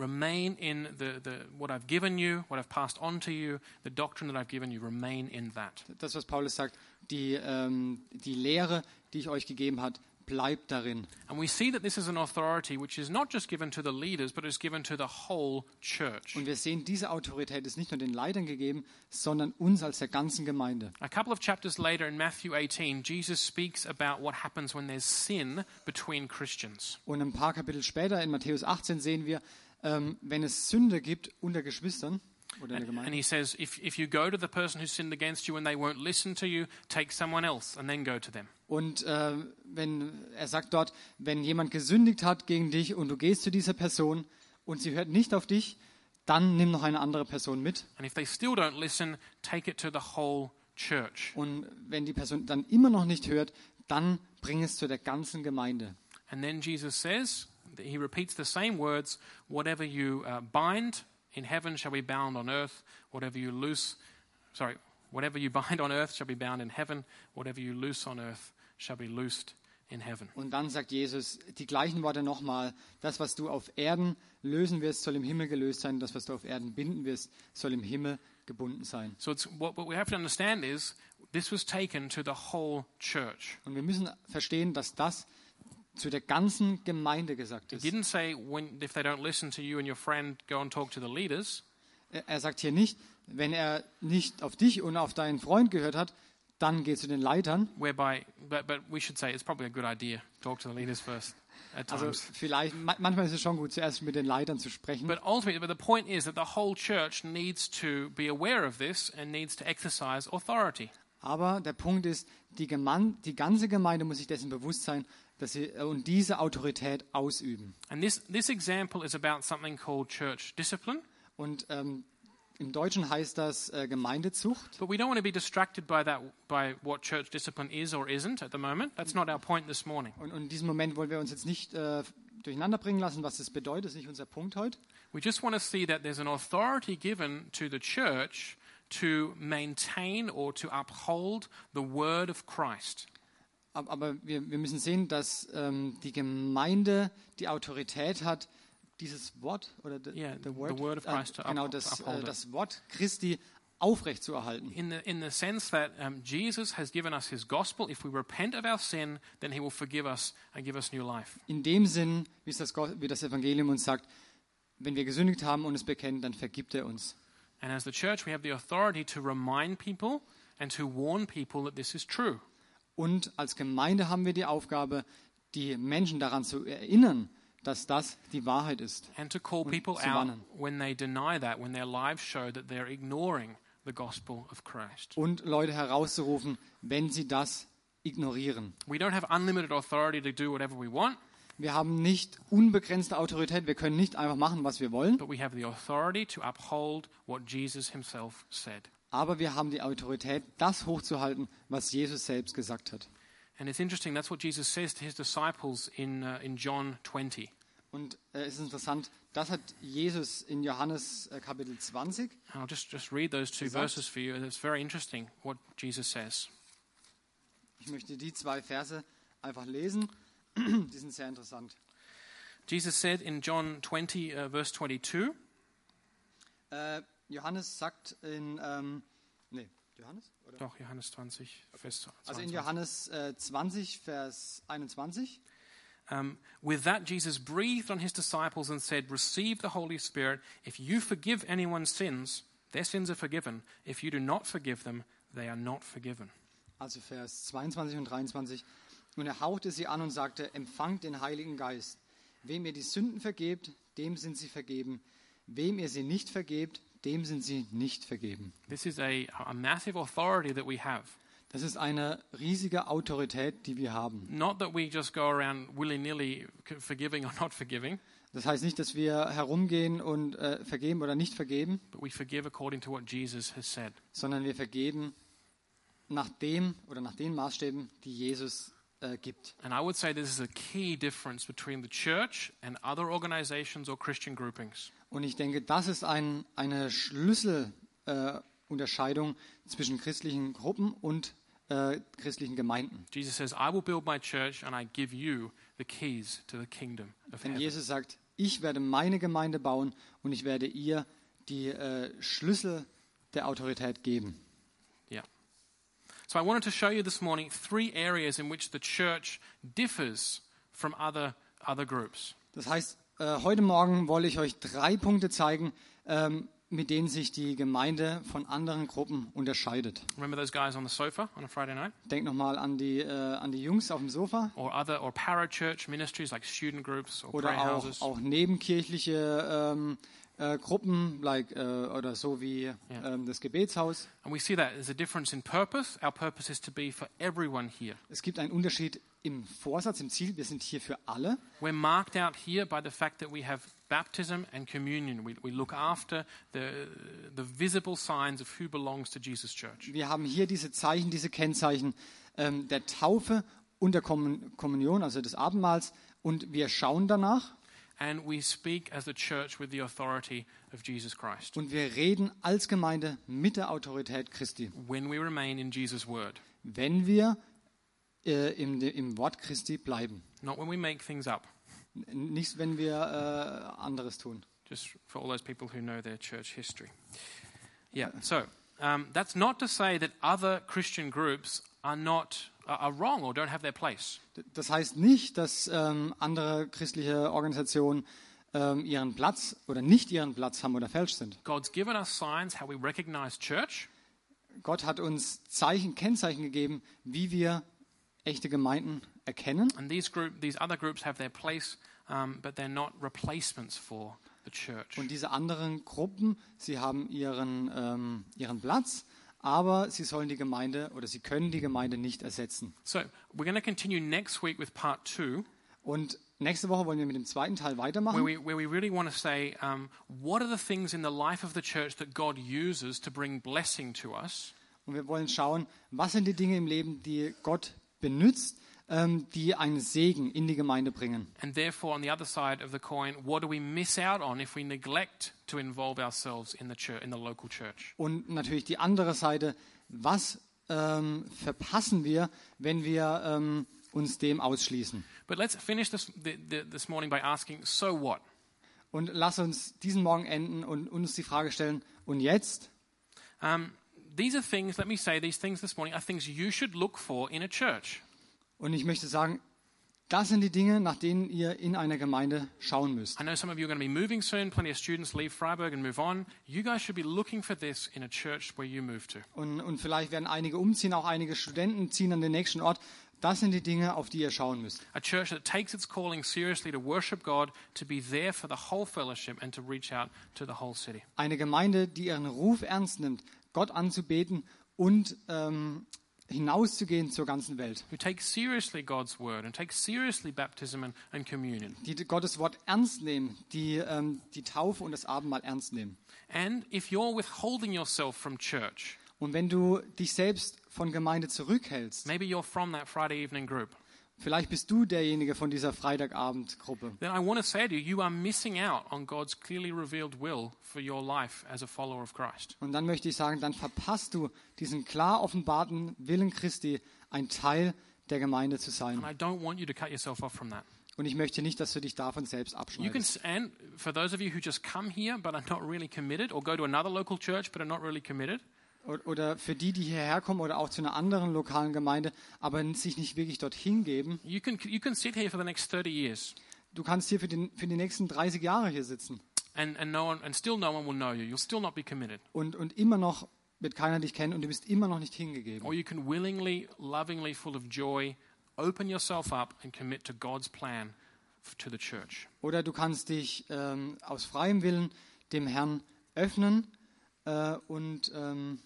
Remain in the, the, what I've given you, what I've passed on to you, the doctrine that I've given you, remain in that. Das, was Paulus sagt, die, ähm, die Lehre, die ich euch gegeben hat, bleibt darin. And we see that this is an authority which is not just given to the leaders, but is given to the whole church. Und wir sehen, diese Autorität ist nicht nur den Leitern gegeben, sondern uns als der ganzen Gemeinde. A couple of chapters later in Matthew 18, Jesus speaks about what happens when there's sin between Christians. Und ein paar Kapitel später in Matthäus 18 sehen wir, ähm, wenn es Sünde gibt unter Geschwistern oder in der And Gemeinde, he says, if, if you go to the person who sinned against you and they won't listen to you, take someone else and then go to them. und äh, wenn er sagt dort, wenn jemand gesündigt hat gegen dich und du gehst zu dieser Person und sie hört nicht auf dich, dann nimm noch eine andere Person mit. And if they still don't listen, take it to the whole church. Und wenn die Person dann immer noch nicht hört, dann bring es zu der ganzen Gemeinde. And then Jesus says, he repeats the same words whatever you uh, bind in heaven shall be bound on earth, whatever you loose, sorry, whatever you bind on earth shall be bound in heaven, whatever you loose on earth shall be loosed in heaven. Und dann sagt Jesus die gleichen Worte nochmal. Das, was du auf Erden lösen wirst, soll im Himmel gelöst sein. Das, was du auf Erden binden wirst, soll im Himmel gebunden sein. So it's, what, what we have to understand is this was taken to the whole church. Und wir müssen verstehen, dass das zu der ganzen Gemeinde gesagt It ist. didn't say when, if they don't listen to you and your friend, go and talk to the leaders. Er er sagt hier nicht, wenn er nicht auf dich und auf deinen Freund gehört hat, dann geh zu den Leitern. Whereby, but, but we should say it's probably a good idea talk to the leaders first at times. Also vielleicht, ma- manchmal ist es schon gut, zuerst mit den Leitern zu sprechen. But ultimately, but the point is that the whole church needs to be aware of this and needs to exercise authority. Aber der Punkt ist, die, Geman die ganze Gemeinde muss sich dessen bewusst sein, dass sie äh, und diese Autorität ausüben. And this, this example is about something called church discipline, Und ähm, im Deutschen heißt das äh, Gemeindezucht. but we don't want to be distracted by, that, by what church discipline is or isn't at the moment. That's not our point this morning. Und, und in diesem Moment wollen wir uns jetzt nicht äh, durcheinander bringen lassen, was das bedeutet. Das ist nicht unser Punkt heute. We just want to see that there's an authority given to the church to maintain or to uphold the word of Christ. Ab- Aber wir, wir müssen sehen, dass ähm, die Gemeinde die Autorität hat, dieses Wort oder the, Yeah, the word, the word of Christ to äh, genau up- das, uphold äh, it. das Wort Christi aufrechtzuerhalten. in the, in the sense that um, Jesus has given us his gospel. If we repent of our sin, then he will forgive us and give us new life. In dem Sinn, wie, es das, Gott- wie das Evangelium uns sagt, wenn wir gesündigt haben und es bekennen, dann vergibt er uns. And as the church, we have the authority to remind people and to warn people that this is true. Und als Gemeinde haben wir die Aufgabe, die Menschen daran zu erinnern, dass das die Wahrheit ist. And to call people zu out warnen. when they deny that, when their lives show that they're ignoring the gospel of Christ. Und Leute herauszurufen, wenn sie das ignorieren. We don't have unlimited authority to do whatever we want, Wir haben nicht unbegrenzte Autorität, wir können nicht einfach machen, was wir wollen, but we have the authority to uphold what Jesus himself said. aber wir haben die Autorität, das hochzuhalten, was Jesus selbst gesagt hat. And it's interesting, that's what Jesus says to his disciples in, uh, in John 20. Und äh, es ist interessant, das hat Jesus in Johannes äh, Kapitel 20 I'll just, just read those two Exact. verses for you. and It's very interesting what Jesus says. Ich möchte die zwei Verse einfach lesen. Die sind sehr interessant. Jesus said in John 20, uh, verse 22, Äh, Johannes sagt in. Ähm, nee, Johannes? Oder? doch, Johannes 20, Vers Also in 22. Johannes äh, 20, Vers 21. Um, With that, Jesus breathed on his disciples and said, Receive the Holy Spirit. If you forgive anyone's sins, their sins are forgiven. If you do not forgive them, they are not forgiven. also Vers 22 und 23. Und er hauchte sie an und sagte, empfangt den Heiligen Geist. Wem ihr die Sünden vergebt, dem sind sie vergeben. Wem ihr sie nicht vergebt, dem sind sie nicht vergeben. This is a, a massive authority that we have. Das ist eine riesige Autorität, die wir haben. Not that we just go around willy nilly forgiving or not forgiving, Das heißt nicht, dass wir herumgehen und äh, vergeben oder nicht vergeben, but we forgive according to what Jesus has said. sondern wir vergeben nach dem oder nach den Maßstäben, die Jesus äh, gibt. And I would say this is a key difference between the church and other organizations or Christian groupings. Und ich denke, das ist ein, eine Schlüsselunterscheidung äh, Unterscheidung zwischen christlichen Gruppen und äh, christlichen Gemeinden. Jesus says, I will build my church and I give you the keys to the kingdom of Wenn heaven. Jesus sagt, ich werde meine Gemeinde bauen und ich werde ihr die äh, Schlüssel der Autorität geben. Yeah. So I wanted to show you this morning three areas in which the church differs from other, other groups. Das heißt, äh, heute Morgen wollte ich euch drei Punkte zeigen, ähm, mit denen sich die Gemeinde von anderen Gruppen unterscheidet. Remember those guys on the sofa on a Friday night? Denkt nochmal an die, äh, an die Jungs auf dem Sofa Or other, or parachurch ministries like student groups or prayer oder auch, houses. auch nebenkirchliche ähm, äh, Gruppen, like, äh, oder so wie ähm, das Gebetshaus. And we see that there's a difference in purpose. Our purpose is to be for everyone here. Es gibt einen Unterschied im Vorsatz, im Ziel. Wir sind hier für alle. We're marked out here by the fact that we have baptism and communion. We, we look after the, the visible signs of who belongs to Jesus' church. Wir haben hier diese Zeichen, diese Kennzeichen ähm, der Taufe und der Kommun- Kommunion, also des Abendmahls. Und wir schauen danach And we speak as the church with the authority of Jesus Christ und wir reden als Gemeinde mit der Autorität Christi. when we remain in Jesus' word, wenn wir äh, im, im Wort Christi bleiben. not when we make things up. N- Nicht, wenn wir äh, anderes tun. just for all those people who know their church history. Yeah, so um, that's not to say that other Christian groups are not are are wrong or don't have their place. D- Das heißt nicht, dass ähm, andere christliche Organisationen ähm, ihren Platz oder nicht ihren Platz haben oder falsch sind. God's given us signs how we recognize church, Gott hat uns Zeichen, Kennzeichen gegeben, wie wir echte Gemeinden erkennen. and these group these other groups have their place, um, but they're not replacements for the church. Und diese anderen Gruppen, sie haben ihren, ähm, ihren Platz, aber sie sollen die Gemeinde oder sie können die Gemeinde nicht ersetzen. So we're going to continue next week with part two, Und nächste Woche wollen wir mit dem zweiten Teil weitermachen. where we where we really want to say um, what are the things in the life of the church that God uses to bring blessing to us. Und wir wollen schauen, was sind die Dinge im Leben, die Gott benutzt, ähm, die einen Segen in die Gemeinde bringen. And therefore, on the other side of the coin, what do we miss out on if we neglect to involve ourselves in the church, in the local church? Und natürlich die andere Seite, was ähm, verpassen wir, wenn wir ähm, uns dem ausschließen. But let's finish this the, the, this morning by asking, so what? Und lass uns diesen Morgen enden und uns die Frage stellen, und jetzt? Um, these are things. Let me say these things this morning are things you should look for in a church. Und ich möchte sagen, das sind die Dinge, nach denen ihr in einer Gemeinde schauen müsst. I know some of you are going to be moving soon. Plenty of students leave Freiburg and move on. You guys should be looking for this in a church where you move to. Und, und vielleicht werden einige umziehen, auch einige Studenten ziehen an den nächsten Ort. Das sind die Dinge, auf die ihr schauen müsst. A church that takes its calling seriously to worship God, to be there for the whole fellowship, and to reach out to the whole city. eine Gemeinde, die ihren Ruf ernst nimmt, Gott anzubeten und ähm, hinauszugehen zur ganzen Welt, who take seriously God's word and take seriously baptism and, and communion. die Gottes Wort ernst nehmen, die ähm, die Taufe und das Abendmahl ernst nehmen. And if you're withholding yourself from church, Und wenn du dich selbst von Gemeinde zurückhältst, maybe you're from that Friday evening group, vielleicht bist du derjenige von dieser Freitagabendgruppe, then I want to say to you, you are missing out on God's clearly revealed will for your life as a follower of Christ. und dann möchte ich sagen, dann verpasst du diesen klar offenbarten Willen Christi, ein Teil der Gemeinde zu And sein. I don't want you to cut yourself off from that. Und ich möchte nicht, dass du dich davon selbst You can, abschneidest. s- and for those of you who just come here but are not really committed, or go to another local church but are not really committed, O- Oder für die, die hierher kommen oder auch zu einer anderen lokalen Gemeinde, aber sich nicht wirklich dorthin geben. you can, you can sit here for the next 30 years Du kannst hier für, den, für die nächsten 30 Jahre hier sitzen and, and, no one, and still no one will know you. You'll still not be committed. und, und immer noch wird keiner dich kennen und du bist immer noch nicht hingegeben. Or you can willingly, lovingly, full of joy, open yourself up and commit to God's plan f- to the church. Oder du kannst dich ähm, aus freiem Willen dem Herrn öffnen äh, und, ähm,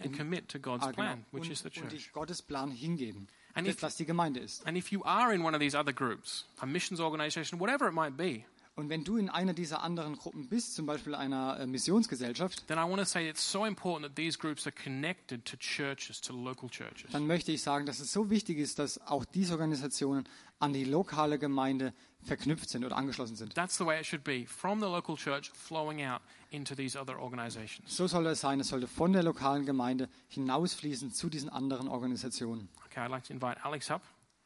And commit to God's ah, genau, plan, which is und, the und dich church. Gottes Plan hingeben, And das, if- was die Gemeinde ist. And if you are in one of these other groups, a missions organization, whatever it might be, Und wenn du in einer dieser anderen Gruppen bist, zum Beispiel einer äh, Missionsgesellschaft, then I want to say it's so important that these groups are connected to churches, to local churches. dann möchte ich sagen, dass es so wichtig ist, dass auch diese Organisationen an die lokale Gemeinde verknüpft sind oder angeschlossen sind. That's the way it should be from the local church flowing out into these other organizations. So soll es sein. Es sollte von der lokalen Gemeinde hinausfließen zu diesen anderen Organisationen. Okay, I'd like to invite Alex up.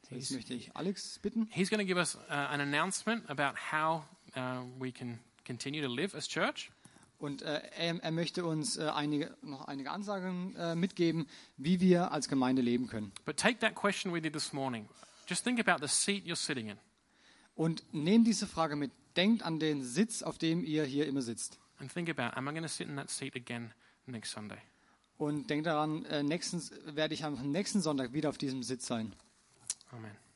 Jetzt He's, möchte ich Alex bitten. he's going to give us uh, an announcement about how uh, we can continue to live as church. Und äh, er, er möchte uns äh, einige, noch einige Ansagen äh, mitgeben, wie wir als Gemeinde leben können. But take that question we did this morning. Just think about the seat you're sitting in Und nehmt diese Frage mit. Denkt an den Sitz, auf dem ihr hier immer sitzt. and think about, am I going to sit in that seat again next Sunday? Und denkt daran, äh, nächstens werde ich am nächsten Sonntag wieder auf diesem Sitz sein. Amen.